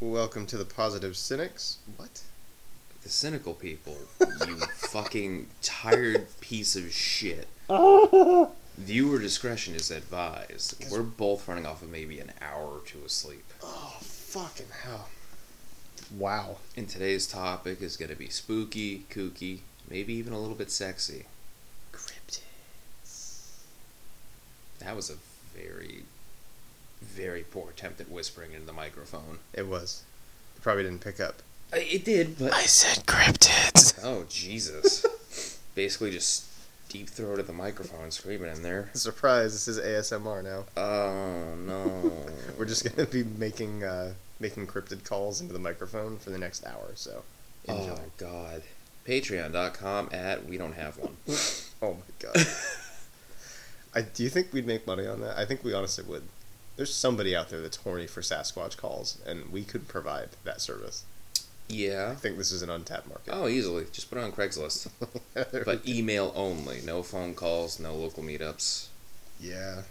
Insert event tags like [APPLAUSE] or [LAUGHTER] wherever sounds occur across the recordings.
Welcome to the Positive Cynics. What? The cynical people, you fucking tired piece of shit. Viewer discretion is advised. We're both running off of maybe an hour or two of sleep. Oh, fucking hell. Wow. And today's topic is going to be spooky, kooky, maybe even a little bit sexy. Cryptids. That was a very, very poor attempt at whispering into the microphone. It was. You probably didn't pick up. I- It did, but. said cryptids. Oh, Jesus. Basically, just deep throated the microphone and screaming in there. [LAUGHS] Surprise, this is ASMR now. Oh, no. We're just going to be making uh, making cryptid calls into the microphone for the next hour, so enjoy. Oh, God. Patreon.com at We Don't Have One. Oh, my [LAUGHS] god. I, do you think we'd make money on that? I think we honestly would. There's somebody out there that's horny for Sasquatch calls, and we could provide that service. Yeah. I think this is an untapped market. [LAUGHS] Oh, easily. Just put it on Craigslist. But email only. No phone calls, no local meetups. Yeah.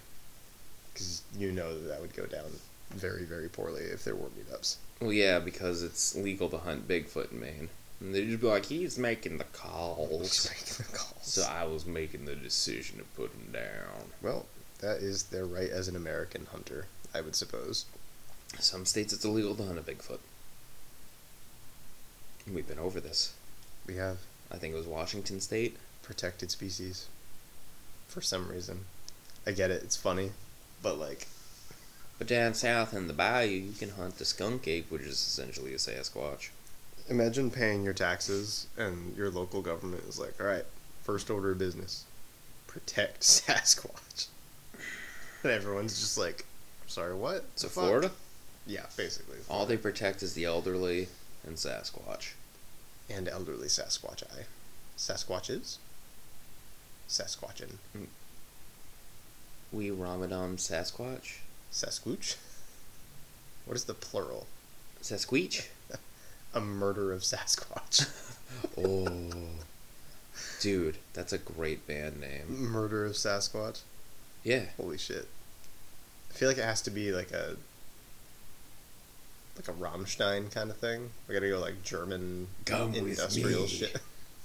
Because you know that that would go down very, very poorly if there were meetups. [LAUGHS] Well, yeah, because it's legal to hunt Bigfoot in Maine. And they'd just be like, he's making the calls. Making the calls. So I was making the decision to put him down. well, that is their right as an American hunter, I would suppose. Some states it's illegal to hunt a Bigfoot. We've been over this. We have I think it was Washington State. protected species for some reason. I get it, it's funny, but like, But down south in the bayou, you can hunt the skunk ape, which is essentially a Sasquatch. imagine paying your taxes and your local government is like, all right, first order of business protect [LAUGHS] Sasquatch. [LAUGHS] And everyone's just like, I'm sorry, what? So Fuck. Florida, Yeah, basically. all they protect is the elderly and Sasquatch. and elderly Sasquatch eye. Sasquatches? Sasquatchin. We Ramadan Sasquatch? Sasquatch? What is the plural? Sasquatch? A murder of [LAUGHS] Sasquatch. Oh. [LAUGHS] Dude, that's a great band name. murder of Sasquatch? Yeah. Holy shit. I feel like it has to be like a like a Rammstein kind of thing. We gotta go like German Come with industrial me. shit.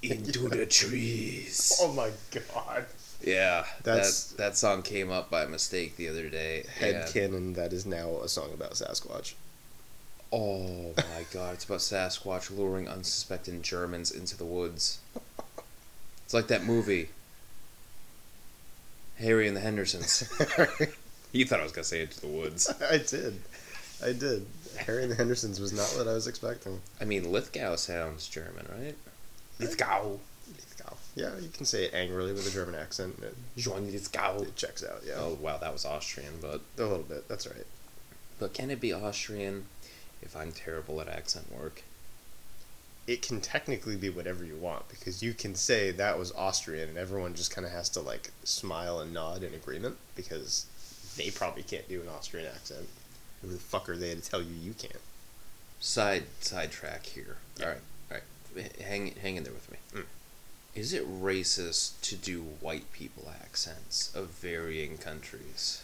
Into the trees. [LAUGHS] Oh my god. Yeah. That's- That, that song came up by mistake the other day. Head and- cannon that is now a song about Sasquatch. Oh my god, it's about Sasquatch luring unsuspecting Germans into the woods. It's like that movie. Harry and the Hendersons. You thought I was gonna say into the woods. I did. I did. Harry and the Hendersons was not what I was expecting. I mean Lithgow sounds German, right? Lithgow. Lithgow. Yeah, you can say it angrily with a German accent. and It, Joan Lithgow. it checks out, yeah. Oh wow, that was Austrian, but A little bit, that's right. But can it be Austrian if I'm terrible at accent work? It can technically be whatever you want because you can say that was Austrian and everyone just kind of has to like smile and nod in agreement because they probably can't do an Austrian accent. Who the fuck are they to tell you you can't? Side sidetrack here. All right, all right. H- Hang hang in there with me. Mm. Is it racist to do white people accents of varying countries?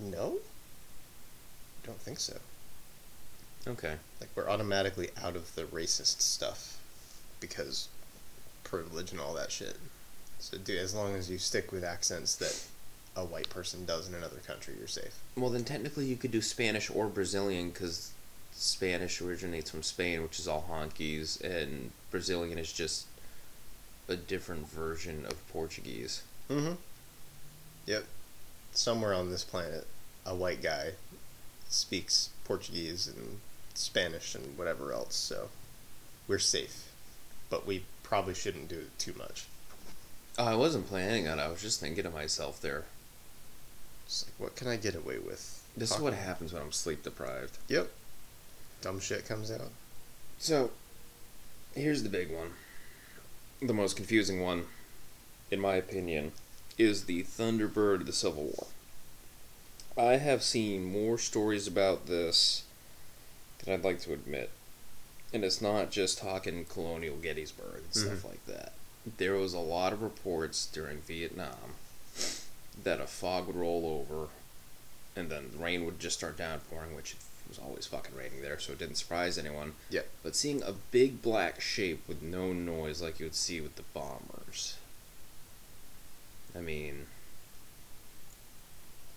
No? I don't think so. Okay. like we're automatically out of the racist stuff because privilege and all that shit. So dude, as long as you stick with accents that a white person does in another country, you're safe. Well, then technically you could do Spanish or Brazilian because Spanish originates from Spain, which is all honkies, and Brazilian is just a different version of Portuguese. Mm-hmm. Yep. Somewhere on this planet, a white guy speaks Portuguese and Spanish and whatever else, so we're safe. But we probably shouldn't do it too much. Oh, I wasn't planning on it. I was just thinking to myself there. Just like, what can I get away with? This is Fuck. what happens when I'm sleep deprived. Yep. Dumb shit comes out. So, here's the big one. The most confusing one, in my opinion, is the Thunderbird of the Civil War. I have seen more stories about this than I'd like to admit. And it's not just talking colonial Gettysburg and stuff like that. There was a lot of reports during Vietnam that a fog would roll over and then the rain would just start downpouring, which it was always fucking raining there, so it didn't surprise anyone. Yep. But seeing a big black shape with no noise like you would see with the bombers. I mean,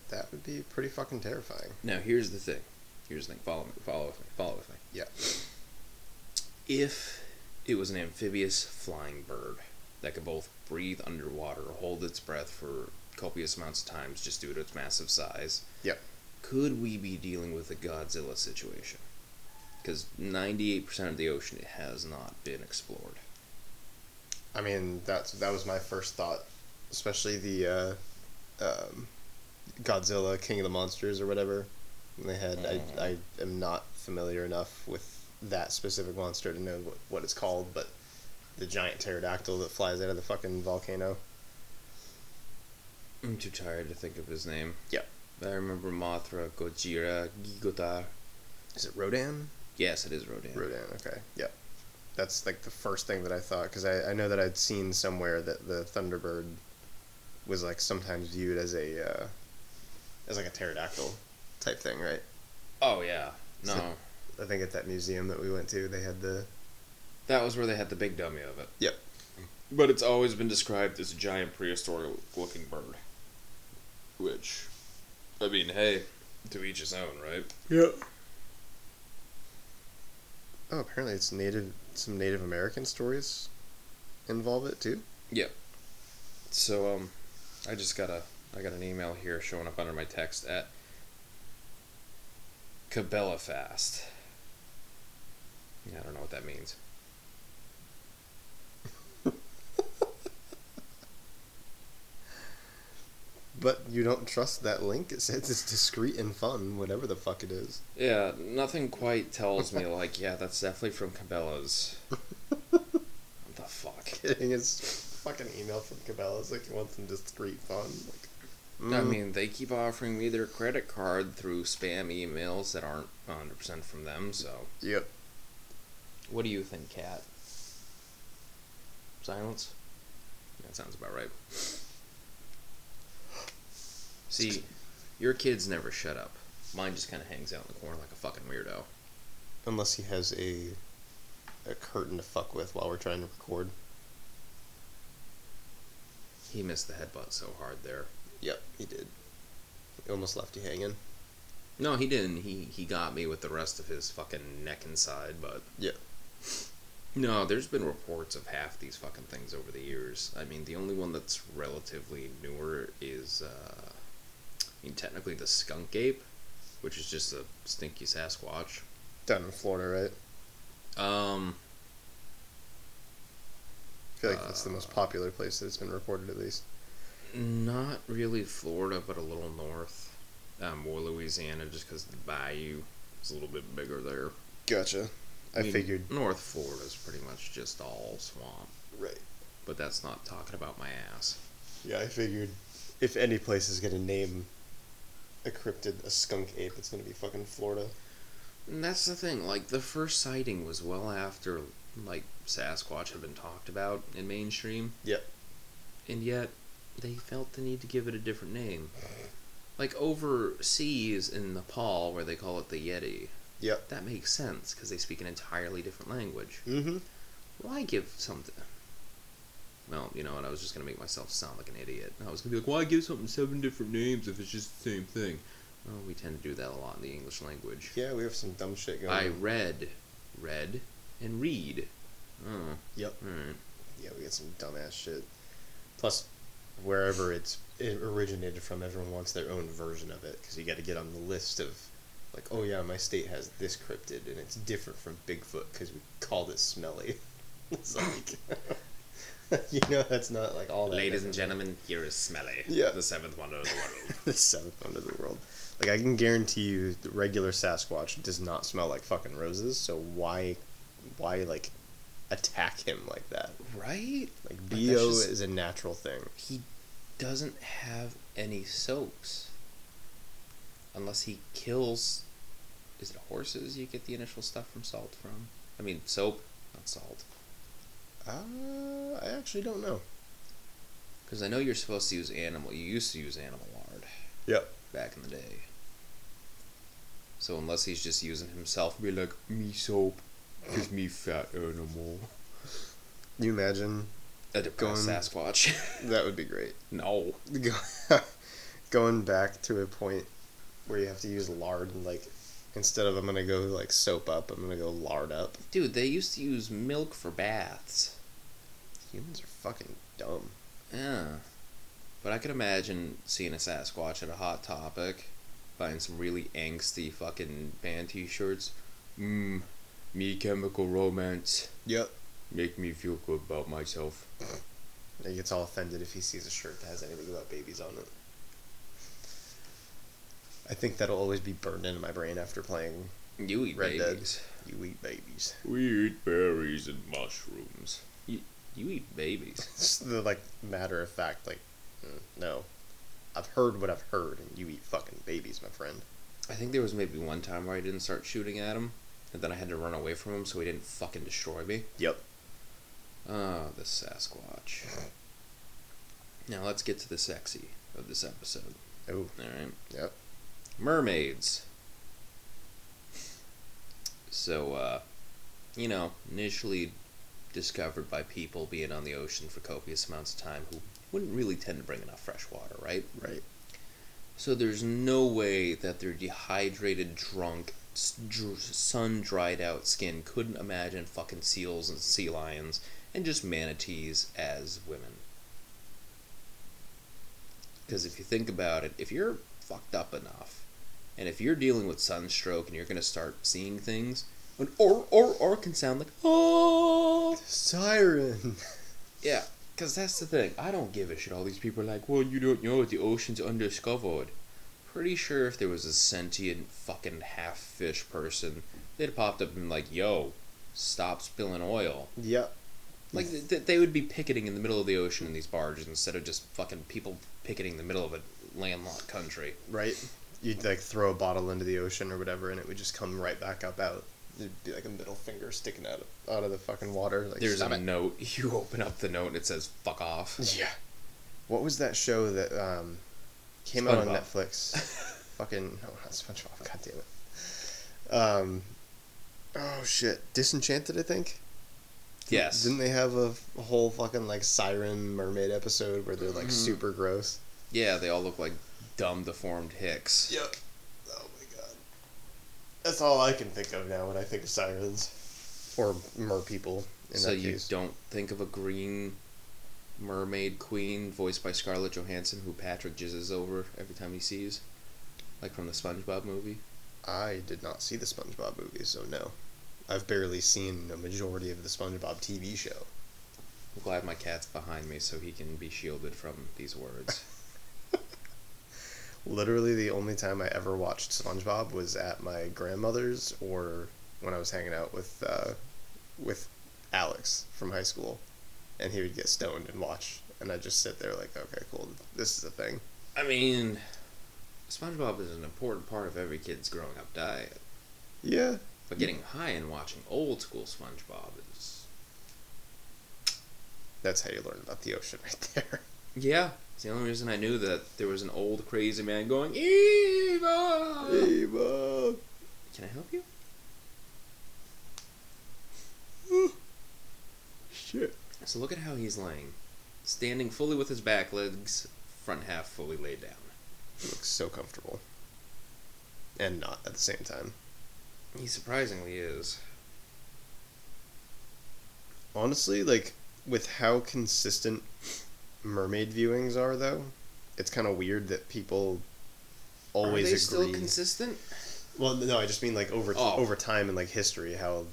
That would be pretty fucking terrifying. now here's the thing. Here's the thing. Follow me. Follow with me. Follow with me. Yeah. If it was an amphibious flying bird that could both breathe underwater, hold its breath for copious amounts of times just due to its massive size, Yep. could we be dealing with a Godzilla situation? Because 98% of the ocean has not been explored. I mean, that's that was my first thought, especially the uh, um, Godzilla King of the Monsters or whatever. And they had Mhm. I, I am not familiar enough with that specific monster to know what, what it's called, but the giant pterodactyl that flies out of the fucking volcano. I'm too tired to think of his name. Yep. I remember Mothra, Gojira, Gigotar. Is it Rodan? Yes, it is Rodan. Rodan. Okay. Yep. That's like the first thing that I thought because I, I know that I'd seen somewhere that the Thunderbird was like sometimes viewed as a uh, as like a pterodactyl type thing, right? Oh, yeah. No. So- I think at that museum that we went to, they had the That was where they had the big dummy of it. Yep. But it's always been described as a giant prehistoric looking bird. Which, I mean, hey, to each his own, right? Yep. Oh, apparently it's native. Some Native American stories involve it too. So um, I just got a I got an email here showing up under my text at Cabela Fast. Yeah, I don't know what that means. But you don't trust that link. It says it's discreet and fun, whatever the fuck it is. [LAUGHS] Yeah, nothing quite tells me like, yeah, that's definitely from Cabela's. what the fuck? Getting his fucking email from Cabela's like you want some discreet fun. Like, I mm, mean, they keep offering me their credit card through spam emails that aren't 100% from them, so. yep. What do you think, Kat? Silence? That sounds about [GASPS] right. See, your kids never shut up. Mine just kind of hangs out in the corner like a fucking weirdo. Unless he has a a curtain to fuck with while we're trying to record. He missed the headbutt so hard there. Yep, he did. He almost left you hanging. No, he didn't. He he got me with the rest of his fucking neck inside, but Yeah. No, there's been reports of half these fucking things over the years. I mean, the only one that's relatively newer is, uh, I mean, technically the skunk ape, which is just a stinky Sasquatch. Down in Florida, right? Um, I feel like that's the most Uh, popular place that it's been reported, at least. not really Florida, but a little north, uh, more Louisiana, just because the bayou is a little bit bigger there. Gotcha. I mean, figured. North Florida is pretty much just all swamp, Right. but that's not talking about my ass. Yeah, I figured. If any place is gonna name a cryptid a skunk ape, it's gonna be fucking Florida. And that's the thing. Like the first sighting was well after like Sasquatch had been talked about in mainstream. Yep. And yet they felt the need to give it a different name. Like overseas in Nepal, where they call it the Yeti, Yep. that makes sense because they speak an entirely different language. Mm-hmm. Why give something? Well, you know, and I was just gonna make myself sound like an idiot. I was gonna be like, why give something seven different names if it's just the same thing? Well, we tend to do that a lot in the English language. Yeah, we have some dumb shit going. I on. read, read, and read. Oh, Yep. alright. Yeah, we got some dumbass shit. Plus, wherever it's it originated from, everyone wants their own version of it because you got to get on the list of, like, oh yeah, my state has this cryptid and it's different from Bigfoot because we called it Smelly. [LAUGHS] it's like, [LAUGHS] you know, that's not like all. That Ladies and different. gentlemen, here is Smelly, Yeah. the seventh wonder of the world. [LAUGHS] the seventh wonder of the world. Like I can guarantee you, the regular Sasquatch does not smell like fucking roses. So why, why like, attack him like that? right? Like that's bo just- is a natural thing. He doesn't have any soaps. Unless he kills. Is it horses you get the initial stuff from salt from? I mean, soap, not salt. Uh, I actually don't know. Because I know you're supposed to use animal. You used to use animal lard Yep. back in the day. So unless he's just using himself, be like me soap, cause me fat animal. You imagine A depressed Going- Sasquatch. that would be great. [LAUGHS] [LAUGHS] no. Go- Going back to a point where you have to use lard and like instead of I'm gonna go like soap up, I'm gonna go lard up. Dude, they used to use milk for baths. Humans are fucking dumb. Yeah. But I could imagine seeing a Sasquatch at a Hot Topic, buying some really angsty fucking band t shirts. Mmm, me chemical romance. Yep. Make me feel good about myself. He gets all offended if he sees a shirt that has anything about babies on it. I think that'll always be burned into my brain after playing You eat Red Dead. babies. You Eat Babies. We eat berries and mushrooms. You, you eat babies. It's the like matter of fact, like mm, no. I've heard what I've heard and you eat fucking babies, my friend. I think there was maybe one time where I didn't start shooting at him, and then I had to run away from him so he didn't fucking destroy me. Yep. Ah, the Sasquatch. Now let's get to the sexy of this episode. Oh, All right. yep. Mermaids. So, uh, you know, initially discovered by people being on the ocean for copious amounts of time who wouldn't really tend to bring enough fresh water, right? Right. So there's no way that their dehydrated, drunk, s- dr- sun dried out skin couldn't imagine fucking seals and sea lions and just manatees as women. Because if you think about it, if you're fucked up enough, and if you're dealing with sunstroke and you're gonna start seeing things, and or or or can sound like oh Siren. [LAUGHS] yeah, because that's the thing. I don't give a shit. All these people are like, well, you don't know it. The ocean's undiscovered. Pretty sure if there was a sentient fucking half fish person, they'd have popped up and been like, yo, stop spilling oil. Yep. Like, th- th- they would be picketing in the middle of the ocean in these barges instead of just fucking people picketing the middle of a landlocked country. Right. You'd like throw a bottle into the ocean or whatever, and it would just come right back up out. It'd be like a middle finger sticking out of, out of the fucking water. Like There's "Stop a it." note. [LAUGHS] You open up the note and it says, fuck off. Yeah. What was that show that um, came out on SpongeBob. [LAUGHS] Netflix? Fucking no, not SpongeBob. [LAUGHS] God damn it. Um. Oh shit, Disenchanted. I think. yes. Didn't they have a, f- whole fucking like siren mermaid episode where they're like Mhm. super gross? yeah, they all look like dumb, deformed hicks. Yep. Oh my god. That's all I can think of now when I think of sirens. Or mer people in so that you case. don't think of a green mermaid queen voiced by Scarlett Johansson who Patrick jizzes over every time he sees, like from the SpongeBob movie. I did not see the SpongeBob movie, so no. I've barely seen a majority of the SpongeBob TV show. I'm glad my cat's behind me so he can be shielded from these words. [LAUGHS] Literally, the only time I ever watched SpongeBob was at my grandmother's or when I was hanging out with uh, with Alex from high school, and he would get stoned and watch, and I just sit there like, okay, cool, this is a thing. I mean, SpongeBob is an important part of every kid's growing up diet, Yeah, but getting high and watching old school SpongeBob is that's how you learn about the ocean right [LAUGHS] there. yeah. It's the only reason I knew that there was an old crazy man going Eva. [LAUGHS] Eva. Can I help you? Shit. So look at how he's laying. Standing fully with his back legs, front half fully laid down. It looks so comfortable. And not at the same time. He surprisingly is. Honestly, like, with how consistent mermaid viewings are, though, it's kind of weird that people always Are they agree. still consistent? well, no, I just mean, like, over, Oh. over time and, like, history, how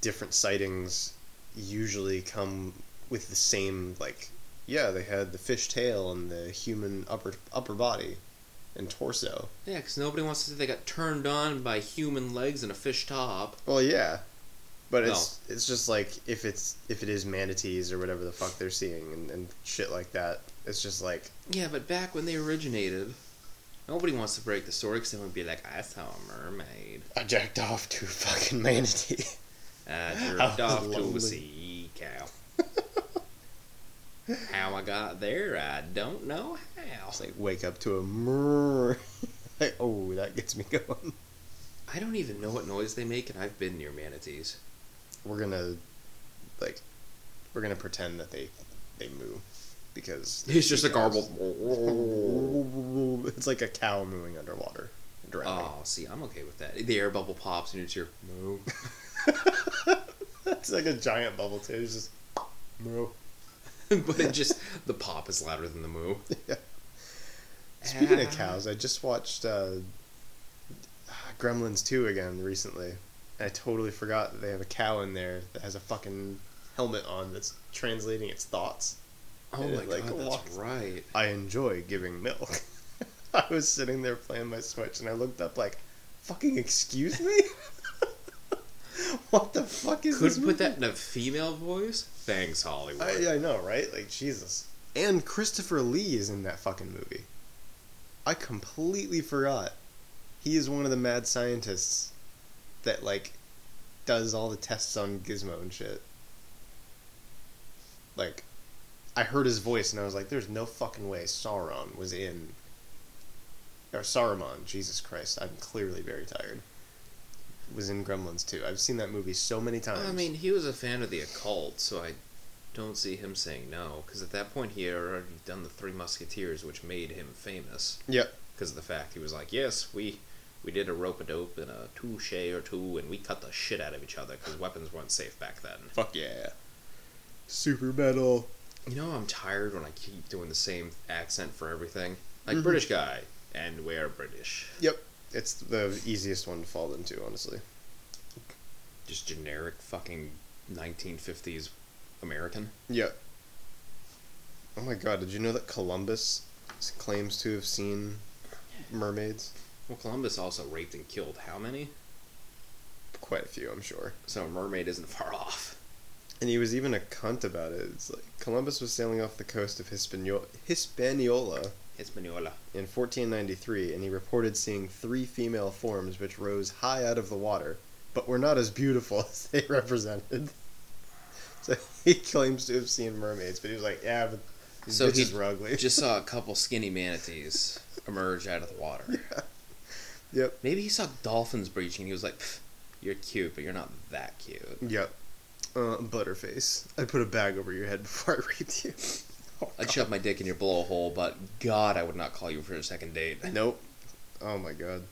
different sightings usually come with the same, like, yeah, they had the fish tail and the human upper upper body and torso. Yeah, because nobody wants to say they got turned on by human legs and a fish top. Well, yeah, but No. it's it's just like if it's if it is manatees or whatever the fuck they're seeing and, and shit like that. It's just like Yeah, but back when they originated, nobody wants to break the story because they would be like, I saw a mermaid. I jacked off to [LAUGHS] a fucking manatee. [LAUGHS] I How jerked off to lovely. a sea cow. [LAUGHS] how I got there, I don't know how. [LAUGHS] It's like wake up to a murr. like oh, that gets me going. I don't even know what noise they make, and I've been near manatees. We're gonna like we're gonna pretend that they they moo because It's just a garbled. It's like a cow mooing underwater, drowning. Oh, see, I'm okay with that. The air bubble pops, and it's your moo. [LAUGHS] [LAUGHS] It's like a giant bubble too. It's just moo. but it just the pop is louder than the moo. Speaking Ah. of cows, I just watched uh, Gremlins 2 again recently. And I totally forgot that they have a cow in there that has a fucking helmet on that's translating its thoughts. Oh And my it, like, god, walks. that's right. I enjoy giving milk. [LAUGHS] I was sitting there playing my Switch and I looked up like, fucking excuse me? [LAUGHS] what the fuck is Could this? put movie? that in a female voice. Thanks, Hollywood. I, I know, right? Like, Jesus. And Christopher Lee is in that fucking movie. I completely forgot. He is one of the mad scientists that, like, does all the tests on Gizmo and shit. Like, I heard his voice and I was like, there's no fucking way Sauron was in. Or Saruman, Jesus Christ, I'm clearly very tired. Was in Gremlins too. I've seen that movie so many times. I mean, he was a fan of the occult, so I don't see him saying no. Because at that point, he had already done the Three Musketeers, which made him famous. Yep. Because of the fact he was like, "Yes, we we did a rope a dope and a touche or two, and we cut the shit out of each other because weapons weren't safe back then." Fuck yeah. Super metal. You know, I'm tired when I keep doing the same accent for everything. Like Mhm. British guy, and we're British. Yep. It's the easiest one to fall into, honestly. Just generic fucking 1950s American. Yep. Oh my god, did you know that Columbus s- claims to have seen mermaids? Well, Columbus also raped and killed how many? Quite a few, I'm sure. So a mermaid isn't far [LAUGHS] off. And he was even a cunt about it. It's like Columbus was sailing off the coast of Hispanio- Hispaniola Hispaniola. in 1493, and he reported seeing three female forms which rose high out of the water, but were not as beautiful [LAUGHS] as they represented. So he claims to have seen mermaids, but he was like, "Yeah, but these So bitches he were ugly." Just saw a couple skinny manatees emerge out of the water. Yep. Maybe he saw dolphins breaching and he was like, "Pff, you're cute, but you're not that cute. Yep. Uh, butterface. I put a bag over your head before [LAUGHS] I raped you. Oh, I'd shove my dick in your blowhole, but God, I would not call you for a second date. God. Nope. Oh my god.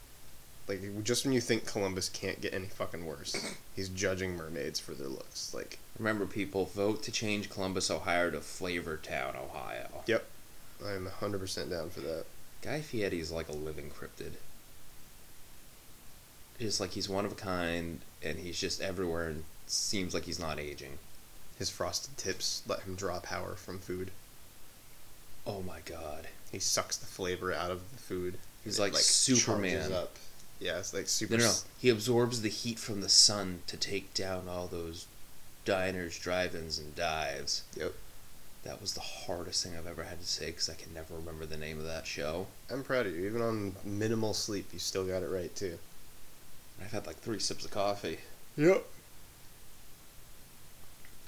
Like just when you think Columbus can't get any fucking worse, he's judging mermaids for their looks. Like, Remember, people, vote to change Columbus, Ohio to Flavor Town, Ohio. yep. I'm 100% down for that. Guy Fieri is like a living cryptid. Just like he's one of a kind, and he's just everywhere and seems like he's not aging. His frosted tips let him draw power from food. Oh my god. He sucks the flavor out of the food. He's and like Superman. charges Up. Yeah, it's like super. No, no, no. He absorbs the heat from the sun to take down all those diners, drive ins, and dives. Yep. That was the hardest thing I've ever had to say because I can never remember the name of that show. I'm proud of you. Even on minimal sleep, you still got it right too. And I've had like three sips of coffee. Yep.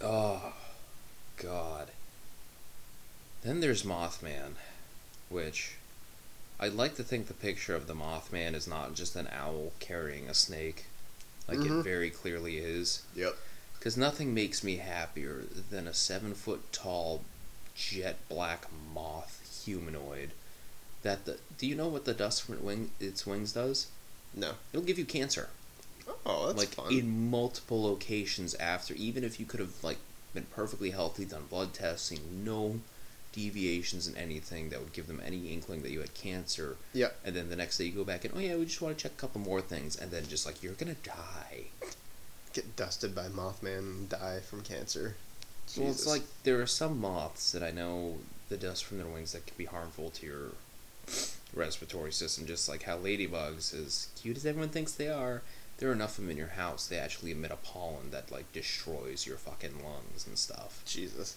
Oh, God. Then there's Mothman, which I'd like to think the picture of the Mothman is not just an owl carrying a snake, like it Mhm. very clearly is. Yep. Because nothing makes me happier than a seven foot tall, jet black moth humanoid. That the do you know what the dust from wing, its wings does? No. It'll give you cancer Oh, that's like fun. in multiple locations after even if you could have like been perfectly healthy done blood testing no deviations in anything that would give them any inkling that you had cancer Yeah. and then the next day you go back and oh yeah we just want to check a couple more things and then just like you're gonna die Get dusted by Mothman and die from cancer. well it's Jesus. like there are some moths that i know the dust from their wings that can be harmful to your respiratory system just like how ladybugs as cute as everyone thinks they are there are enough of them in your house they actually emit a pollen that like destroys your fucking lungs and stuff Jesus.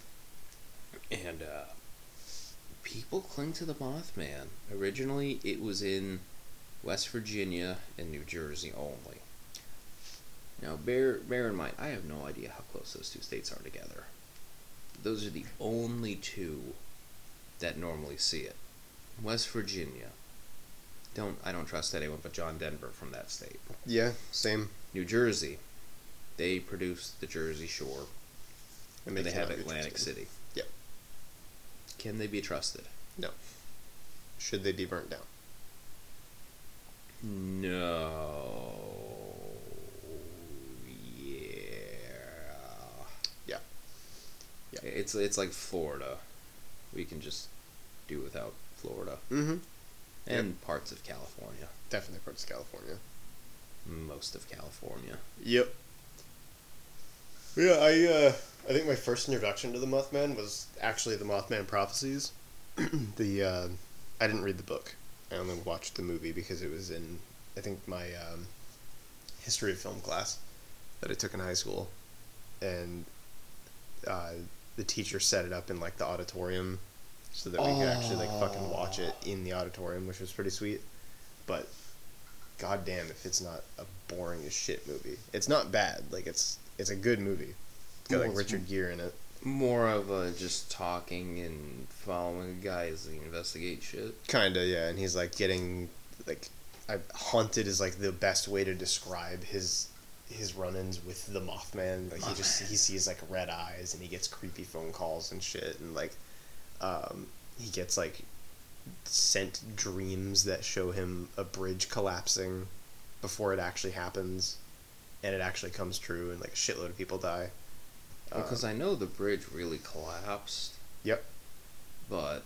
and uh, people cling to the Mothman. Originally, it was in West Virginia and New Jersey only. Now, bear bear in mind, I have no idea how close those two states are together. Those are the only two that normally see it. West Virginia don't I don't trust anyone but John Denver from that state. Yeah, same. New Jersey, they produce the Jersey Shore, And and they have cannot be Atlantic trusted. City. Yep. Can they be trusted? No. Should they be burnt down? No. Yeah. Yeah. Yeah. It's it's like Florida. We can just do without Florida Mm-hmm. Yep. and parts of California, Definitely parts of California. most of California. Yep. Yeah, I uh, I think my first introduction to the Mothman was actually the Mothman prophecies. the uh, I didn't read the book. I only watched the movie because it was in I think my um, history of film class that I took in high school, and uh, the teacher set it up in like the auditorium so that we could actually like fucking watch it in the auditorium, which was pretty sweet. But goddamn, if it's not a boring as shit movie, it's not bad. Like it's it's a good movie. It's got Well, like it's- Richard Gere in it. More of a just talking and following a guy as they investigate shit. Kinda, yeah. And he's like getting like I, haunted is like the best way to describe his his run-ins with the Mothman. Like he just he sees like red eyes and he gets creepy phone calls and shit and like um, he gets like sent dreams that show him a bridge collapsing before it actually happens and it actually comes true and like a shitload of people die. Because I know the bridge really collapsed. Yep. but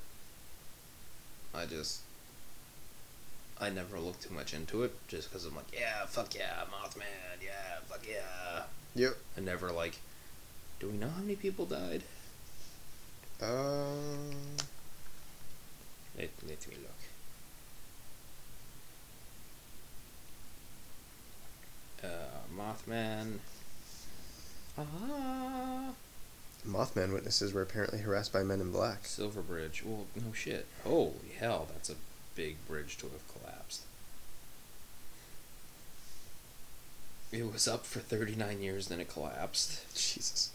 I just I never looked too much into it just because I'm like, yeah, fuck yeah, Mothman, yeah, fuck yeah. Yep. I never like, do we know how many people died? Um, Let, let me look. Uh, Mothman. Ah, Mothman witnesses were apparently harassed by men in black. Silver Bridge. Well, no shit. Holy hell, that's a big bridge to have collapsed. It was up for 39 years, then it collapsed. Jesus.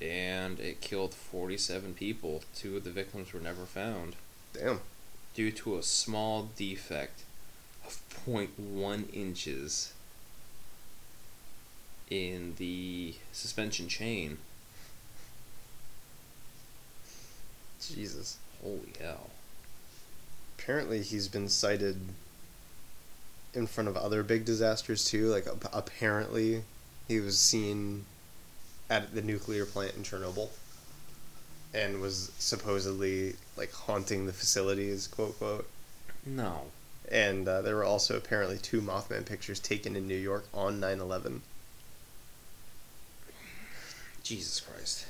And it killed 47 people. Two of the victims were never found Damn. due to a small defect of 0.1 inches in the suspension chain. Jesus. Holy hell. Apparently, he's been cited in front of other big disasters too. Like, ap- apparently, he was seen at the nuclear plant in Chernobyl and was supposedly like haunting the facilities, quote quote. No. And uh, there were also apparently two Mothman pictures taken in New York on 9 11. Jesus Christ.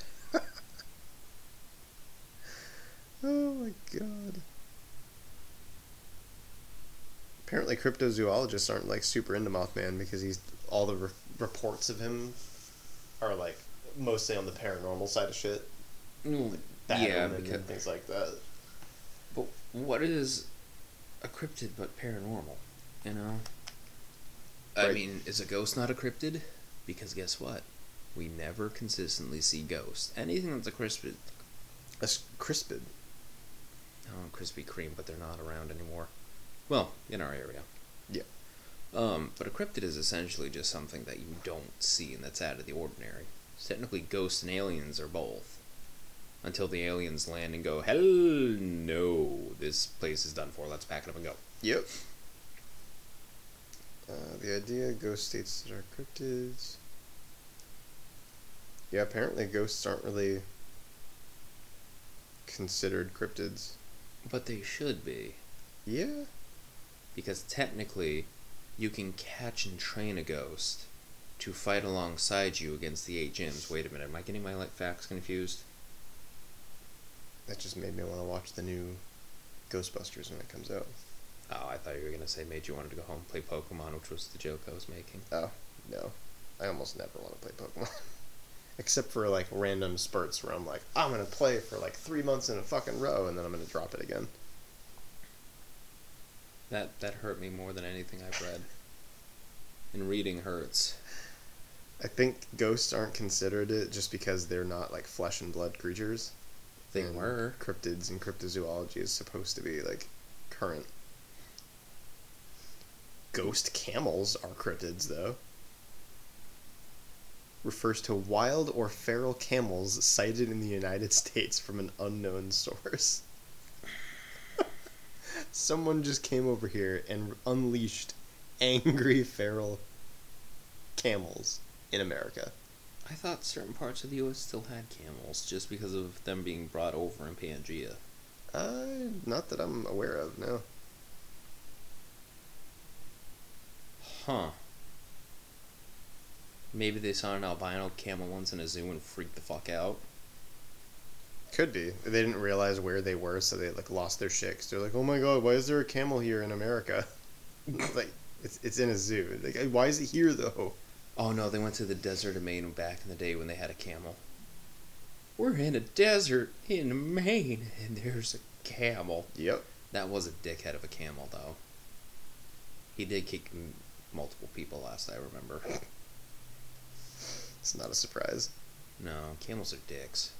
Oh my god. Apparently, cryptozoologists aren't like super into Mothman because he's all the re- reports of him are like mostly on the paranormal side of shit. Mm, That Yeah, and because things like that. But what is a cryptid but paranormal? You know? I Right. mean, is a ghost not a cryptid? Because guess what? We never consistently see ghosts. Anything that's a crispid, A s- crispid. oh, Krispy Kreme, but they're not around anymore. Well, in our area. Yeah. Um, but a cryptid is essentially just something that you don't see and that's out of the ordinary. So technically, ghosts and aliens are both. Until the aliens land and go, hell no, this place is done for, let's pack it up and go. Yep. Uh, the idea ghost states that are cryptids. Yeah, apparently ghosts aren't really considered cryptids. But they should be, Yeah. because technically, you can catch and train a ghost to fight alongside you against the eight gyms. Wait a minute, am I getting my like, facts confused? That just made me want to watch the new Ghostbusters when it comes out. Oh, I thought you were gonna say made you wanted to go home and play Pokemon, which was the joke I was making. Oh, no. I almost never want to play Pokemon. [LAUGHS] Except for like random spurts where I'm like, I'm going to play for like three months in a fucking row and then I'm going to drop it again. That that hurt me more than anything I've read. And reading hurts. I think ghosts aren't considered it just because they're not like flesh and blood creatures. They And were. Cryptids and cryptozoology is supposed to be like current. Ghost camels are cryptids, though. Refers to wild or feral camels sighted in the United States from an unknown source. [LAUGHS] Someone just came over here and unleashed angry feral camels in America. I thought certain parts of the U.S. still had camels just because of them being brought over in Pangaea. Uh, not that I'm aware of, no. Huh. Maybe they saw an albino camel once in a zoo and freaked the fuck out. Could be. They didn't realize where they were, so they like lost their shit. they they're like, "Oh my god, why is there a camel here in America?" [LAUGHS] It's like, it's it's in a zoo. Like, why is it here though? Oh no, they went to the desert of Maine back in the day when they had a camel. We're in a desert in Maine and there's a camel. Yep. That was a dickhead of a camel, though. He did kick m- multiple people last I remember. [LAUGHS] It's not a surprise. No, camels are dicks.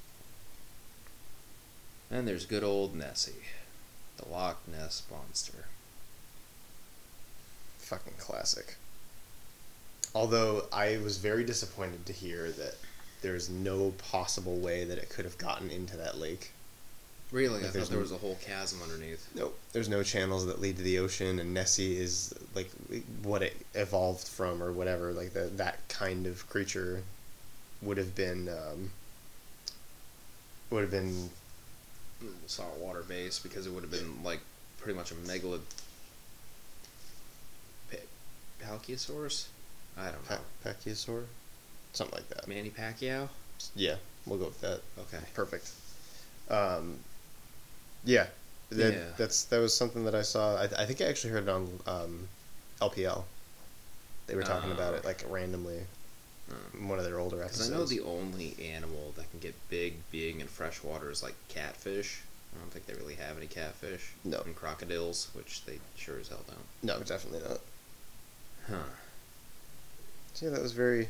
And there's good old Nessie, the Loch Ness monster. Fucking classic. Although I was very disappointed to hear that there's no possible way that it could have gotten into that lake. Really, Like, I there's thought there no- was a whole chasm underneath. Nope. There's no channels that lead to the ocean, and Nessie is like what it evolved from, or whatever. Like the, that kind of creature would have been um, would have been Saltwater base because it would have been like pretty much a megalod. Pa- Palchiosaurus? I don't know. pa- Pachyosaur, something like that. Manny Pacquiao? Yeah, we'll go with that. Okay. Perfect. Um, yeah, that, Yeah. that's that was something that I saw. I, I think I actually heard it on um, LPL. They were talking Oh. about it like randomly in one of their older Ah. Because episodes. I know the only animal that can get big being in fresh water is like catfish. I don't think they really have any catfish. No. And crocodiles, which they sure as hell don't. no, definitely not. Huh. So yeah, that was very,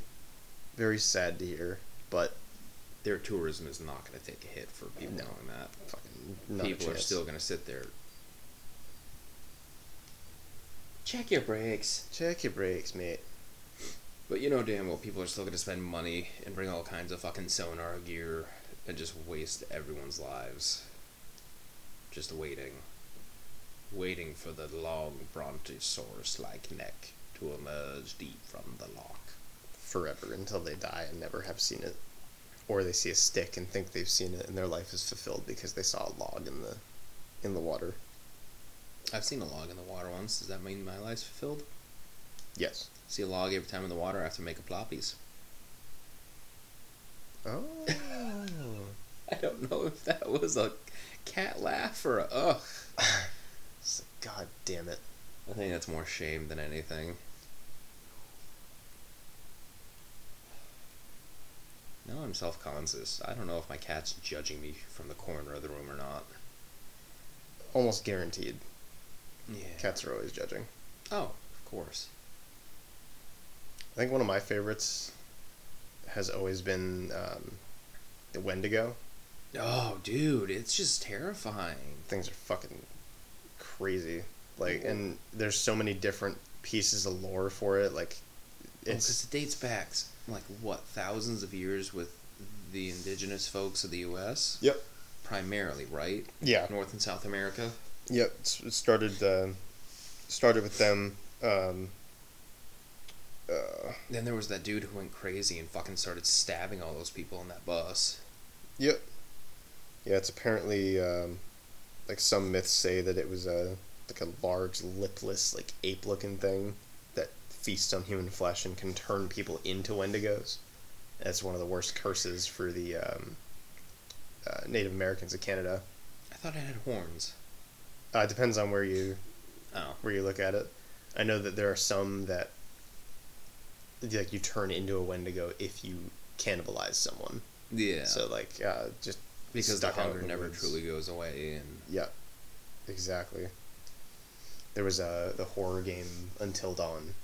very sad to hear. But Their tourism is not going to take a hit for people No. knowing that. fucking not a people are chance. still going to sit there. Check your brakes. check your brakes, mate. But you know damn well people are still going to spend money and bring all kinds of fucking sonar gear and just waste everyone's lives. Just waiting. Waiting for the long brontosaurus like neck to emerge deep from the lock. Forever until they die and never have seen it, or they see a stick and think they've seen it, and their life is fulfilled because they saw a log in the, in the water. I've seen a log in the water once. Does that mean my life's fulfilled? Yes. See a log every time in the water, I have to make up floppies. Oh. [LAUGHS] I don't know if that was a cat laugh or a ugh. It's like, God damn it. I think that's more shame than anything. Now I'm self conscious. I don't know if my cat's judging me from the corner of the room or not. Almost guaranteed. Yeah. Cats are always judging. Oh, of course. I think one of my favorites has always been um, the Wendigo. Oh, dude, it's just terrifying. Things are fucking crazy. Like, and there's so many different pieces of lore for it. Like, Because it's Oh, it dates back, s- like, what, thousands of years with the indigenous folks of the U.S.? yep, Primarily, right? yeah, North and South America? yep. It's- It started uh, started with them. Um, uh, Then there was that dude who went crazy and fucking started stabbing all those people in that bus. Yep. Yeah, it's apparently um, like some myths say that it was a like a large lipless like ape looking thing that feasts on human flesh and can turn people into Wendigos. That's one of the worst curses for the um, uh, Native Americans of Canada. I thought it had horns. Uh, it depends on where you Oh. where you look at it. I know that there are some that like you turn into a Wendigo if you cannibalize someone. Yeah. So like uh, just because the stuck out in hunger the never woods. truly goes away and Yeah, exactly. There was a the horror game Until Dawn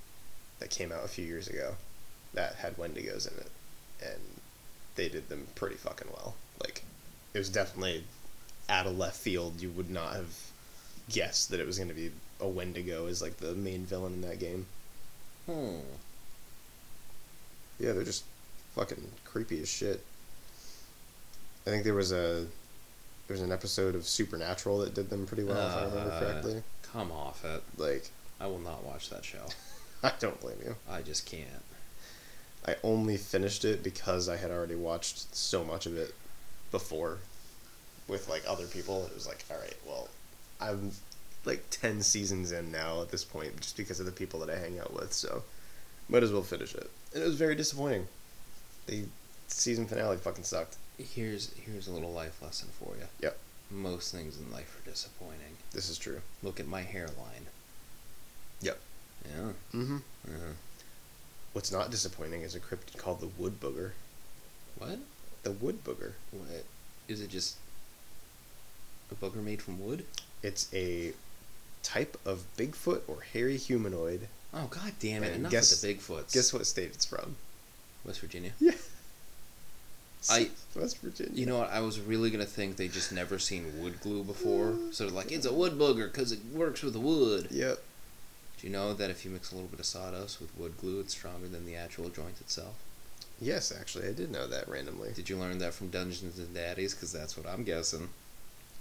that came out a few years ago that had Wendigos in it, and they did them pretty fucking well. Like, it was definitely out of left field. You would not have guessed that it was going to be a a Wendigo is like the main villain in that game. Hmm. Yeah, they're just fucking creepy as shit. I think there was a there was an episode of Supernatural that did them pretty well, if I remember Uh, correctly. Come off it. Like, [LAUGHS] I will not watch that show. I don't blame you. I just can't. I only finished it because I had already watched so much of it before with like other people. It was like, all right, well, I'm like 10 seasons in now at this point just because of the people that I hang out with, so might as well finish it. And it was very disappointing. The season finale fucking sucked. Here's here's a little life lesson for you. Yep. Most things in life are disappointing. This is true. Look at my hairline. Yep. Yeah. Mm-hmm. Uh-huh. What's not disappointing is a cryptid called the Wood Booger. What? The Wood Booger. What? Is it just a booger made from wood? It's a type of Bigfoot or hairy humanoid. Oh god damn it! Man, enough guess- with the Bigfoots. Guess what state it's from? West Virginia. [LAUGHS] Yeah. I- West Virginia. You know what? I was really gonna think they just never seen wood glue before, so they're like it's a wood booger because it works with the wood. Yep. Do you know that if you mix a little bit of sawdust with wood glue, it's stronger than the actual joint itself? Yes, actually, I did know that randomly. Did you learn that from Dungeons and Daddies? Because that's what I'm guessing.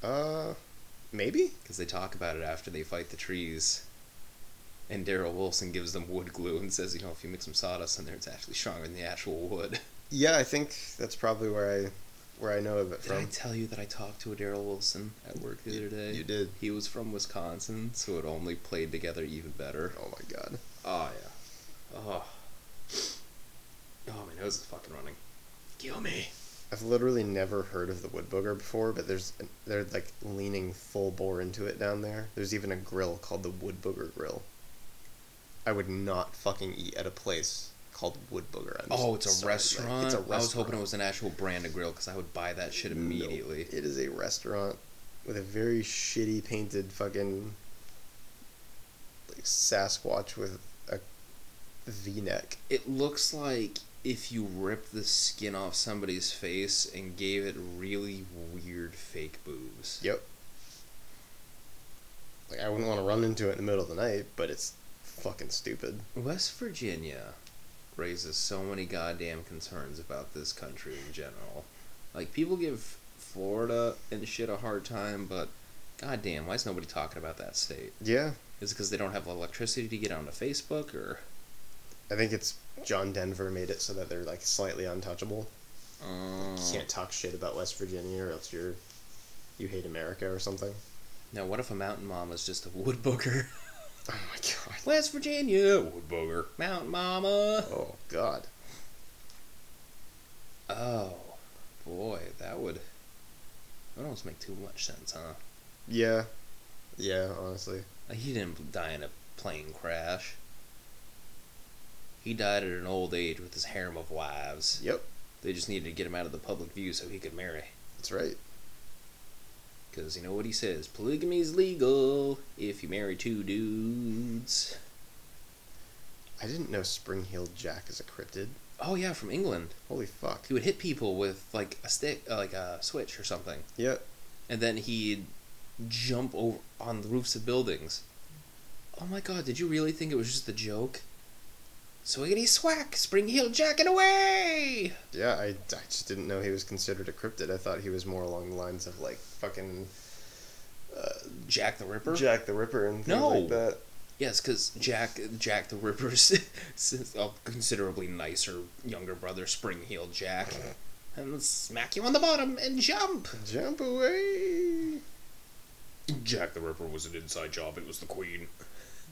Uh, maybe. Because they talk about it after they fight the trees. And Daryl Wilson gives them wood glue and says, you know, if you mix some sawdust in there, it's actually stronger than the actual wood. Yeah, I think that's probably where I, where I know of it Did I from. tell you that I talked to a Daryl Wilson at work the You- other day? you did. He was from Wisconsin, so it only played together even better. Oh my god. Oh yeah. Oh. Oh, my nose is fucking running. Kill me. I've literally never heard of the wood booger before, but there's they're like leaning full bore into it down there. There's even a grill called the Wood Booger Grill. I would not fucking eat at a place called Wood Booger. I'm Oh, just it's a sorry, like, restaurant. it's a I was hoping restaurant. it was an actual brand of grill because I would buy that shit immediately. No, it is a restaurant with a very shitty painted fucking like Sasquatch with a V neck. It looks like if you ripped the skin off somebody's face and gave it really weird fake boobs. Yep. Like I wouldn't want to run into it in the middle of the night, but it's fucking stupid. West Virginia raises so many goddamn concerns about this country in general. Like people give Florida and shit a hard time, but goddamn, why is nobody talking about that state? Yeah. Is it because they don't have electricity to get onto Facebook, or I think it's John Denver made it so that they're like slightly untouchable. um, You can't talk shit about West Virginia or else you're you hate America or something. now what if a mountain mom is just a wood booger? [LAUGHS] Oh my god. [LAUGHS] West Virginia wood booger, mountain mama. Oh god. Oh boy, that would that would almost make too much sense, huh? Yeah. Yeah, honestly. Like, He didn't die in a plane crash. He died at an old age with his harem of wives. Yep. They just needed to get him out of the public view so he could marry. That's right. Because you know what he says polygamy's legal if you marry two dudes. I didn't know Spring Heeled Jack is a cryptid. Oh, yeah, from England. Holy fuck. He would hit people with, like, a stick, uh, like a switch or something. Yep. And then he'd jump over on the roofs of buildings. Oh my god, did you really think it was just a joke? Swiggity swack, spring heel jacket away! Yeah, I, I just didn't know he was considered a cryptid. I thought he was more along the lines of like fucking Jack the Ripper. Jack the Ripper and things No. like that. yes, because Jack Jack the Ripper's [LAUGHS] s- a considerably nicer younger brother, Spring Heel [LAUGHS] Jack, and smack you on the bottom and jump. Jump away. Jack the Ripper was an inside job. It was the Queen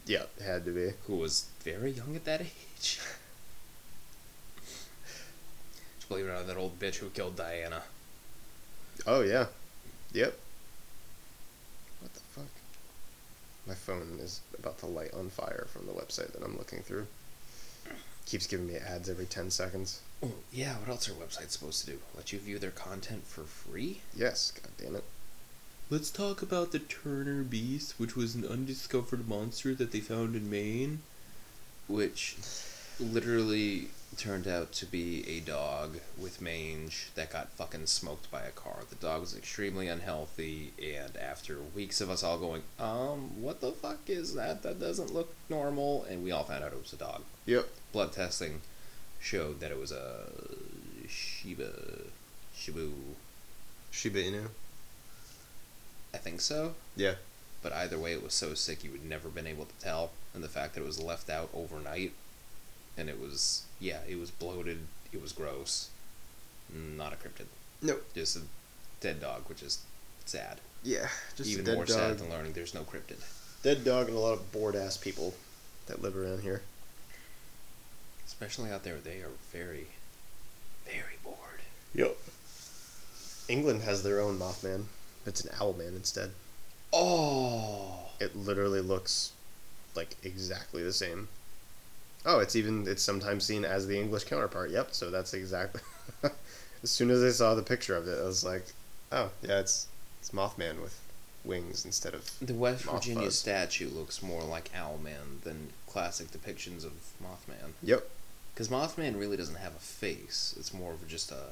Yep, had to be. who was very young at that age. Just believe it or not, that old bitch who killed Diana. Oh yeah. Yep. What the fuck? My phone is about to light on fire from the website that I'm looking through. Keeps giving me ads every 10 seconds. Oh, yeah, what else are websites supposed to do? Let you view their content for free? Yes, god damn it. Let's talk about the Turner Beast, which was an undiscovered monster that they found in Maine. Which literally turned out to be a dog with mange that got fucking smoked by a car. The dog was extremely unhealthy, and after weeks of us all going, um, what the fuck is that? That doesn't look normal, and we all found out it was a dog. Yep. Blood testing showed that it was a Shiba. Shibu. Shiba Inu. I think so. Yeah. But either way, it was so sick you would never been able to tell. And the fact that it was left out overnight and it was yeah, it was bloated, it was gross. Not a cryptid. Nope. Just a dead dog, which is sad. Yeah. Just Even a dead more dog. sad than learning there's no cryptid. Dead dog and a lot of bored ass people that live around here. Especially out there, they are very, very bored. Yep. England has their own Mothman. It's an owl man instead. Oh, It literally looks like exactly the same. Oh, it's even it's sometimes seen as the English counterpart. Yep, so that's exactly [LAUGHS] As soon as I saw the picture of it, I was like, "Oh, yeah, it's it's Mothman with wings instead of the West Moth Virginia buzz. statue looks more like Owlman than classic depictions of Mothman. Yep. Because Mothman really doesn't have a face; it's more of just a,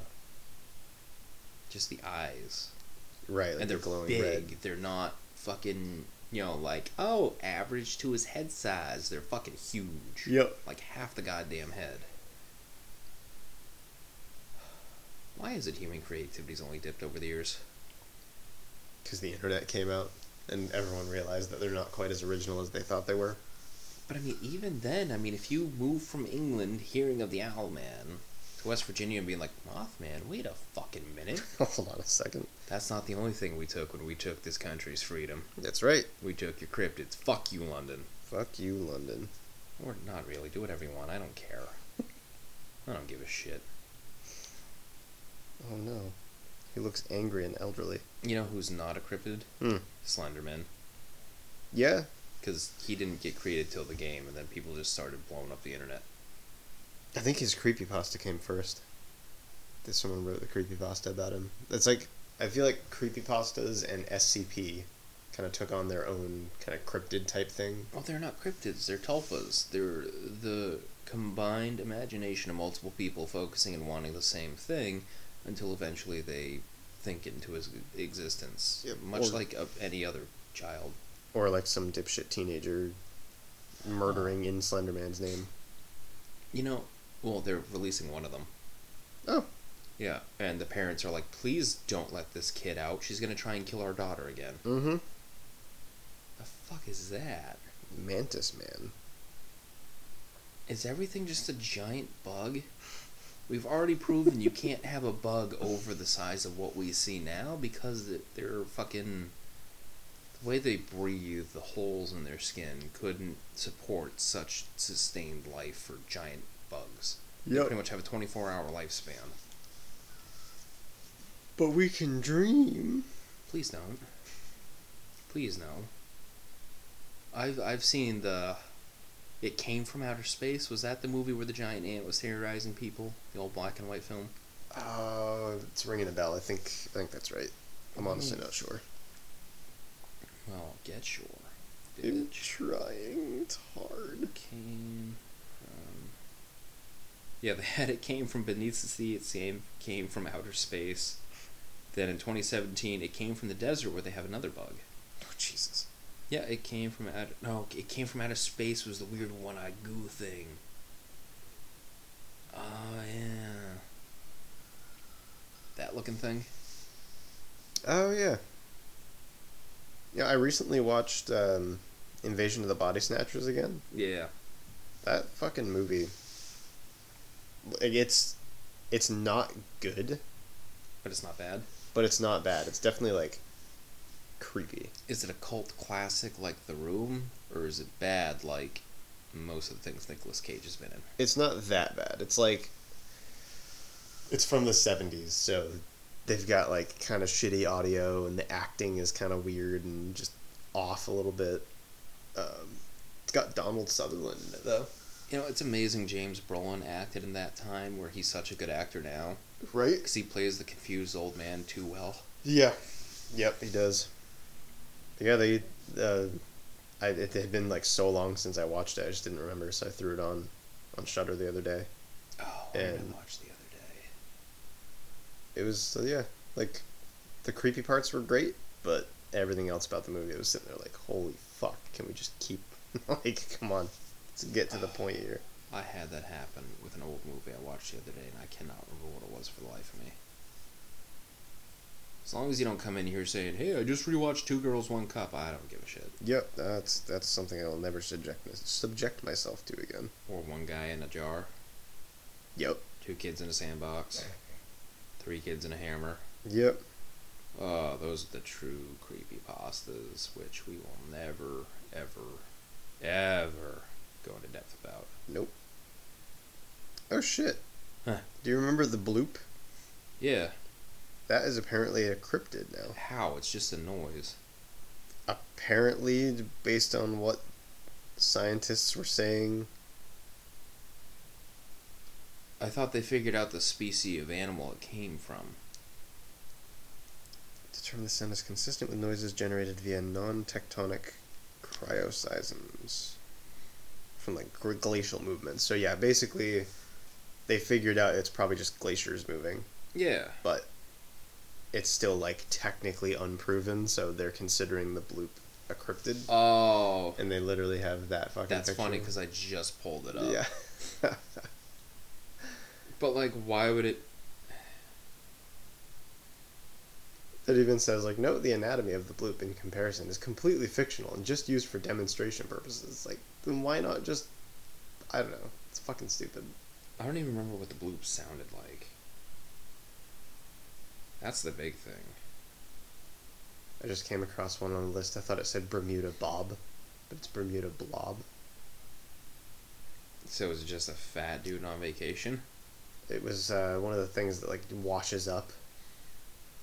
just the eyes. Right, like and they're glowing big. red. They're not fucking, you know, like oh, average to his head size. They're fucking huge. Yep. Like half the goddamn head. Why is it human creativity's only dipped over the years? Because the internet came out and everyone realized that they're not quite as original as they thought they were. [LAUGHS] But I mean, even then, I mean, if you move from England, hearing of the Owl Man, to West Virginia and being like Mothman, wait a fucking minute. Hold on a second. That's not the only thing we took when we took this country's freedom. That's right. We took your cryptids. Fuck you, London. Fuck you, London. Or not really. Do whatever you want. I don't care. I don't give a shit. Oh no. He looks angry and elderly. You know who's not a cryptid? Hmm. Slenderman. Yeah. Because he didn't get created till the game, and then people just started blowing up the internet. I think his creepypasta came first. That someone wrote a creepypasta about him. It's like I feel like creepypastas and SCP kind of took on their own kind of cryptid type thing. Well, they're not cryptids. They're tulpas. They're the combined imagination of multiple people focusing and wanting the same thing until eventually they think into his existence. Yep, Much or- like of any other child. Or like some dipshit teenager murdering in Slenderman's name. You know, well, they're releasing one of them. Oh. Yeah, and the parents are like, please don't let this kid out. She's gonna try and kill our daughter again. Mm-hmm. The fuck is that? Mantis man. Is everything just a giant bug? We've already proven you can't have a bug over the size of what we see now because th- they're fucking. The way they breathe, the holes in their skin couldn't support such sustained life for giant bugs. They pretty much have a 24 hour lifespan. But we can dream. Please don't. Please no. I've I've seen the. It came from outer space. Was that the movie where the giant ant was terrorizing people? The old black and white film. Uh, it's ringing a bell. I think I think that's right. I'm honestly Mm. not sure. Well, get sure. I'm It trying. It's hard. came from. Yeah, [LAUGHS] they had it came from beneath the sea. It came came from outer space. Then in 2017, it came from the desert where they have another bug. Oh, Jesus. Yeah, it came from out. No, it came from outer space. Was the weird one-eyed goo thing. Oh yeah, that looking thing. Oh yeah. Yeah, I recently watched um, Invasion of the Body Snatchers again. Yeah, That fucking movie. Like, It's it's not good, but it's not bad. but it's not bad. It's definitely like creepy. Is it a cult classic like The Room, or is it bad like most of the things Nicolas Cage has been in? It's not that bad. It's like it's from the 70s, so they've got like kind of shitty audio and the acting is kind of weird and just off a little bit. Um, it's got Donald Sutherland in it though. You know, it's amazing James Brolin acted in that time where he's such a good actor now Right? because he plays the confused old man too well. Yeah. Yep, he does. But yeah, they. Uh, I, it had been like so long since I watched it, I just didn't remember, so I threw it on, on Shutter the other day. Oh, Yeah. hard to watch the other day. It was so yeah, like the creepy parts were great, but everything else about the movie, it was sitting there like, holy fuck, can we just keep [LAUGHS] like, come on, let's get to the point here. I had that happen with an old movie I watched the other day, and I cannot remember what it was for the life of me. As long as you don't come in here saying, "Hey, I just rewatched Two Girls, One Cup," I don't give a shit. Yep, that's that's something I'll never subject my- subject myself to again. Or one guy in a jar, Yep, two kids in a sandbox, three kids in a hammer. yep, Oh, those are the true creepy pastas, which we will never, ever, ever go into depth about. nope. Oh shit. Huh. Do you remember the bloop? Yeah, That is apparently a cryptid now. how? It's just a noise. Apparently, based on what scientists were saying, I thought they figured out the species of animal it came from. Determine the sound is consistent with noises generated via non-tectonic cryoseisms from like gr- glacial movements. So yeah, basically, they figured out it's probably just glaciers moving, Yeah. but it's still like technically unproven. So they're considering the bloop a cryptid, Oh, and they literally have that fucking. that's picture. funny because I just pulled it up. yeah, [LAUGHS] But like, why would it? it even says like note the anatomy of the bloop in comparison is completely fictional and just used for demonstration purposes. Like then why not just I don't know. It's fucking stupid. I don't even remember what the bloop sounded like. That's the big thing. I just came across one on the list. I thought it said Bermuda Bob, but it's Bermuda Blob. So is it just a fat dude on vacation? It was uh, one of the things that like washes up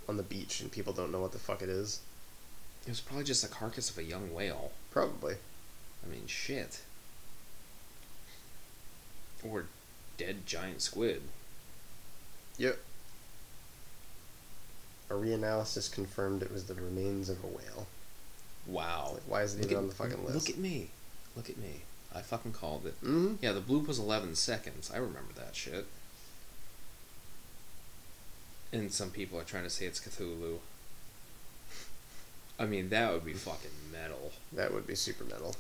on the beach and people don't know what the fuck it is. It was probably just the carcass of a young whale. Probably. I mean, shit. Or dead giant squid. Yep. A reanalysis confirmed it was the remains of a whale. Wow. Like, why is it Look even at, on the fucking list? look at me. Look at me. I fucking called it. hmm Yeah, the bloop was 11 seconds. I remember that shit. And some people are trying to say it's Cthulhu. I mean, that would be fucking metal. That would be super metal.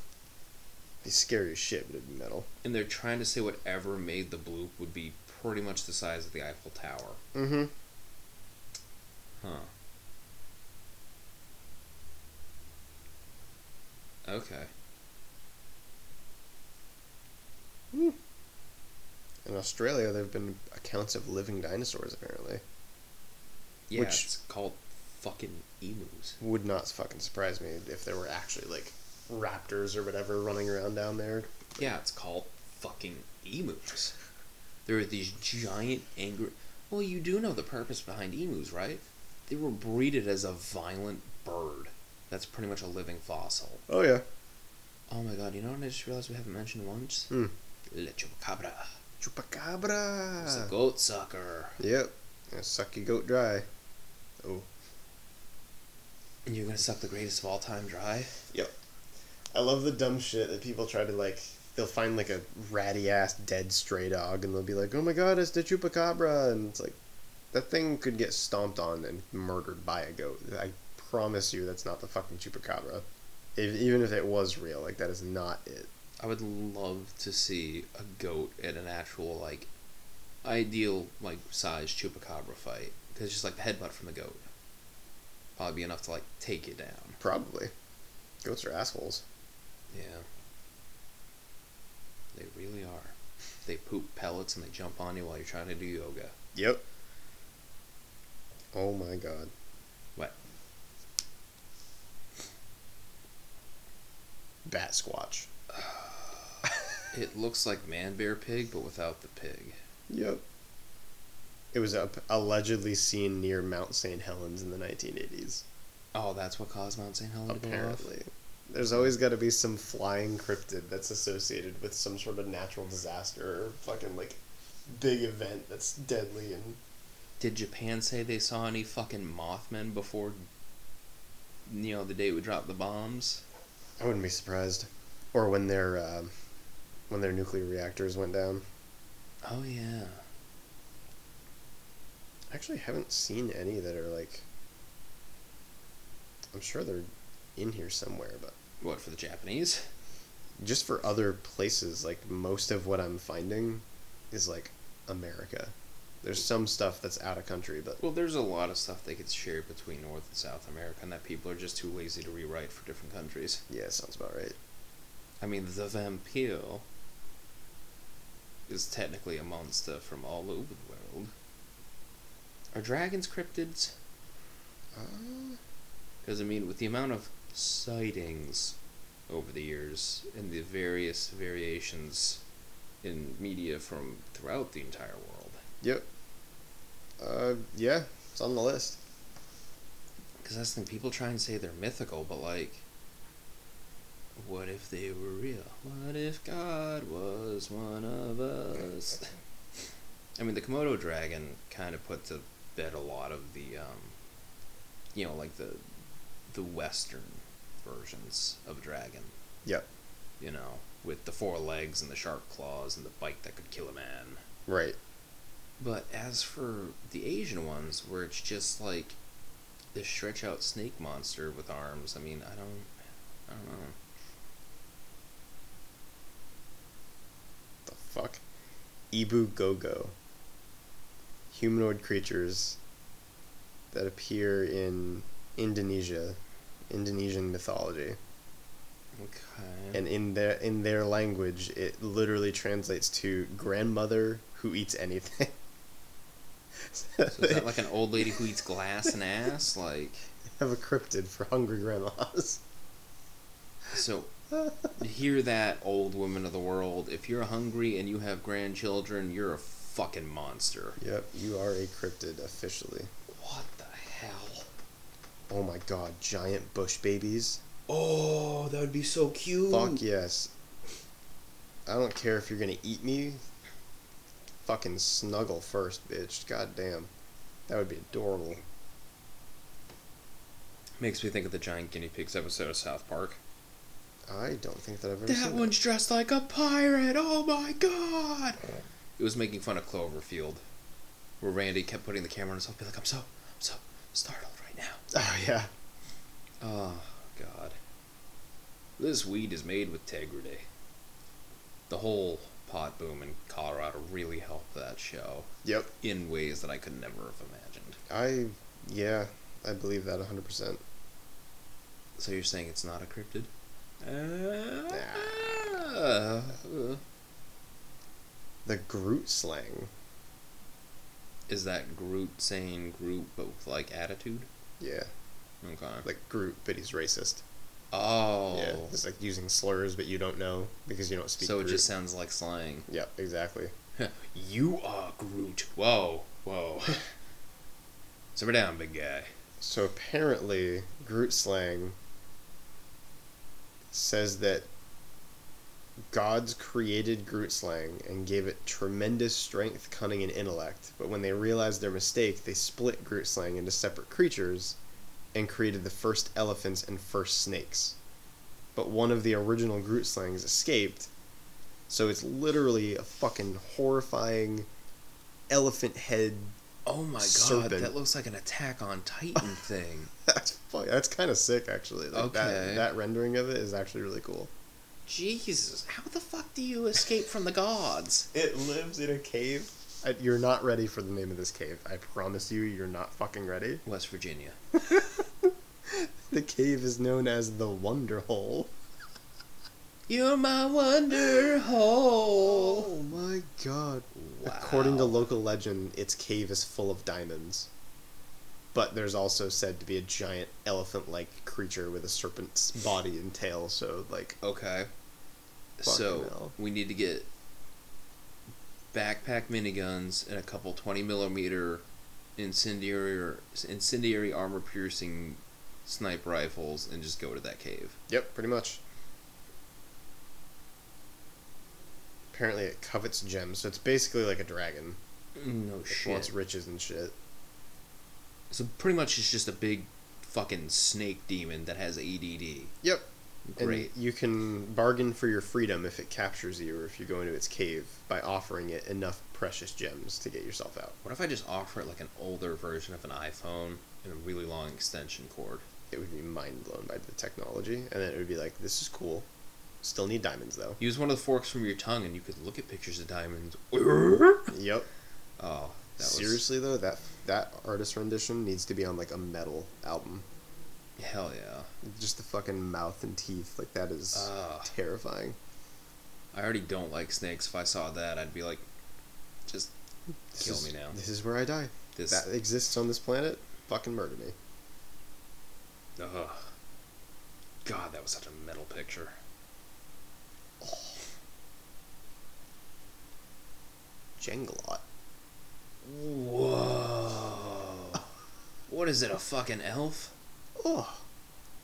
Be scary as shit, but it'd be metal. And they're trying to say whatever made the bloop would be pretty much the size of the Eiffel Tower. Mm-hmm. Huh. Okay. In Australia, there have been accounts of living dinosaurs. Apparently, Yeah, Which- it's called fucking emus. would not fucking surprise me if there were actually like raptors or whatever running around down there. Yeah, it's called fucking emus. There are these giant angry. Well, you do know the purpose behind emus, right? They were breeded as a violent bird. That's pretty much a living fossil. Oh yeah. Oh my god, you know what I just realized we haven't mentioned once? Hmm. Le chupacabra. It's a Chupacabra. goat sucker. Yep. Gonna suck your goat dry. Oh. And you're gonna suck the greatest of all time dry? Yep. I love the dumb shit that people try to like. They'll find like a ratty ass dead stray dog and they'll be like, "Oh my god, it's the chupacabra," and it's like, that thing could get stomped on and murdered by a goat. I promise you, that's not the fucking chupacabra. If, even if it was real, like that is not it. I would love to see a goat at an actual, like, ideal, like, size chupacabra fight. Because just like the headbutt from the goat. Probably be enough to, like, take it down. Probably. Goats are assholes. Yeah. They really are. They poop pellets and they jump on you while you're trying to do yoga. Yep. Oh my god. What? Bat Squatch. It looks like man bear pig, but without the pig. Yep. It was up, allegedly seen near Mount St. Helens in the 1980s. Oh, that's what caused Mount St. Helens to blow off? Apparently. There's always got to be some flying cryptid that's associated with some sort of natural disaster or fucking like big event that's deadly and Did Japan say they saw any fucking Mothmen before, you know, the day we dropped the bombs? I wouldn't be surprised. Or when their um when their nuclear reactors went down. Oh, yeah. I actually haven't seen any that are like. I'm sure they're in here somewhere, but What for the Japanese? just for other places, like most of what I'm finding is like America. There's some stuff that's out of country, but Well, there's a lot of stuff that gets shared between North and South America, and that people are just too lazy to rewrite for different countries. yeah, sounds about right. I mean, the vampire is technically a monster from all over the world. Are dragons cryptids? Uh, Because, I mean, with the amount of sightings over the years and the various variations in media from throughout the entire world, yep. Uh, yeah, it's on the list. Because that's the thing, people try and say they're mythical, but like, what if they were real? What if God was one of us? I mean, the Komodo dragon kind of put to bed a lot of the, um, you know, like the, the Western versions of dragon. Yep. You know, with the four legs and the sharp claws and the bite that could kill a man. Right. But as for the Asian ones, where it's just like this stretch out snake monster with arms, I mean, I don't, I don't know. The fuck? Ibu Gogo. Humanoid creatures that appear in Indonesia, Indonesian mythology. Okay. And in their in their language it literally translates to grandmother who eats anything. [LAUGHS] so is that like an old lady who eats glass and ass? Like, have a cryptid for hungry grandmas. so hear that, old woman of the world. If you're hungry and you have grandchildren, you're a fucking monster. Yep, you are a cryptid officially. What the hell? Oh my god, giant bush babies. Oh, that would be so cute. Fuck yes. I don't care if you're gonna eat me. Fucking snuggle first, bitch. God damn. That would be adorable. Makes me think of the giant guinea pigs episode of South Park. I don't think that I've ever That seen one's dressed like a pirate. Oh my god! It was making fun of Cloverfield, where Randy kept putting the camera on himself, be like, "I'm so, I'm so startled right now." that. [LAUGHS] Oh yeah. Oh god. This weed is made with integrity. The whole pot boom in Colorado really helped that show Yep. in ways that I could never have imagined. I yeah, I believe that hundred percent. So you're saying it's not a cryptid? Uh, uh, The Groot slang. is that Groot saying Groot but with like attitude? Yeah. Okay. Like Groot, but he's racist. Oh. Yeah. It's like using slurs but you don't know because you don't speak. so it Groot. just sounds like slang. Yep, exactly. you are Groot. Whoa, whoa. [LAUGHS] Simmer down, big guy. So apparently, Groot slang says that gods created Groot slang and gave it tremendous strength, cunning, and intellect. But when they realized their mistake, they split Groot slang into separate creatures and created the first elephants and first snakes. But one of the original Groot slangs escaped, so it's literally a fucking horrifying elephant head. Oh my god, Serpent. that looks like an Attack on [LAUGHS] Titan thing. That's fu- that's kind of sick, actually. Like Okay. that, that rendering of it is actually really cool. Jesus, how the fuck do you escape from the gods? It lives in a cave. I, you're not ready for the name of this cave. I promise you, you're not fucking ready. West Virginia. The cave is known as the Wonder Hole. You're my wonder hole. Oh my god. Wow. According to local legend, its cave is full of diamonds. But there's also said to be a giant elephant like creature with a serpent's body and tail, so, like, Okay. Fucking So hell. we need to get backpack miniguns and a couple twenty millimeter incendiary or incendiary armor piercing sniper rifles and just go to that cave. Yep, pretty much. Apparently, it covets gems, so it's basically like a dragon. No It wants riches and shit. So pretty much it's just a big fucking snake demon that has ADD. Yep, And Great. you can bargain for your freedom if it captures you or if you go into its cave by offering it enough precious gems to get yourself out. what if I just offer it like an older version of an iPhone and a really long extension cord? It would be mind blown by the technology, and then it would be like, this is cool. Still need diamonds though. Use one of the forks from your tongue and you could look at pictures of diamonds. [LAUGHS] Well, Yep. Oh, that was Seriously though, that that artist rendition needs to be on like a metal album. hell yeah. Just the fucking mouth and teeth, like that is Ah. terrifying. I already don't like snakes. If I saw that, I'd be like, just This Kill is- me now. This is where I die. this. That exists on this planet. Fucking murder me. Ugh. God, that was such a metal picture. Jengalot. Whoa. [LAUGHS] What is it, a fucking elf? Oh,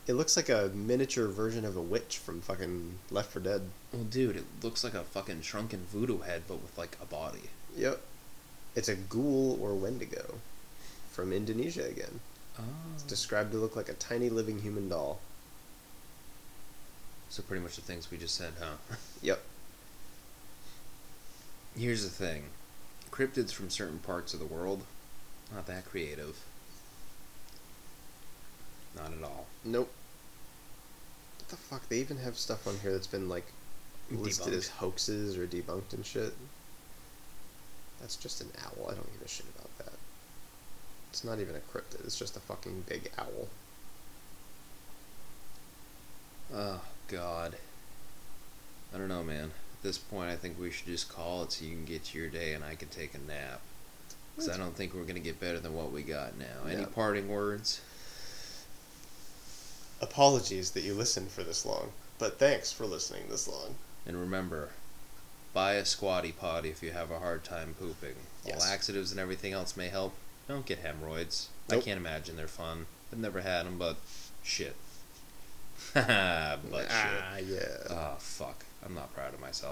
it looks like a miniature version of a witch from fucking Left for Dead. Well, dude, it looks like a fucking shrunken voodoo head, but with like a body. Yep. It's a ghoul or wendigo from Indonesia again. Oh. It's described to look like a tiny living human doll. So, pretty much the things we just said, huh? [LAUGHS] Yep. Here's the thing cryptids from certain parts of the world, not that creative. Not at all. Nope. What the fuck? They even have stuff on here that's been like listed Debunked. as hoaxes or debunked and shit. That's just an owl. I don't give a shit about that. It's not even a cryptid. It's just a fucking big owl. Oh God. I don't know, man. At this point, I think we should just call it so you can get to your day and I can take a nap. Because I don't think we're gonna get better than what we got now. Any Yeah. parting words? Apologies that you listened for this long, but thanks for listening this long. And remember, buy a squatty potty if you have a hard time pooping. While Yes. laxatives and everything else may help, don't get hemorrhoids. I Nope. can't imagine they're fun. I've never had them, but shit. [LAUGHS] but shit. yeah. Oh fuck! I'm not proud of myself.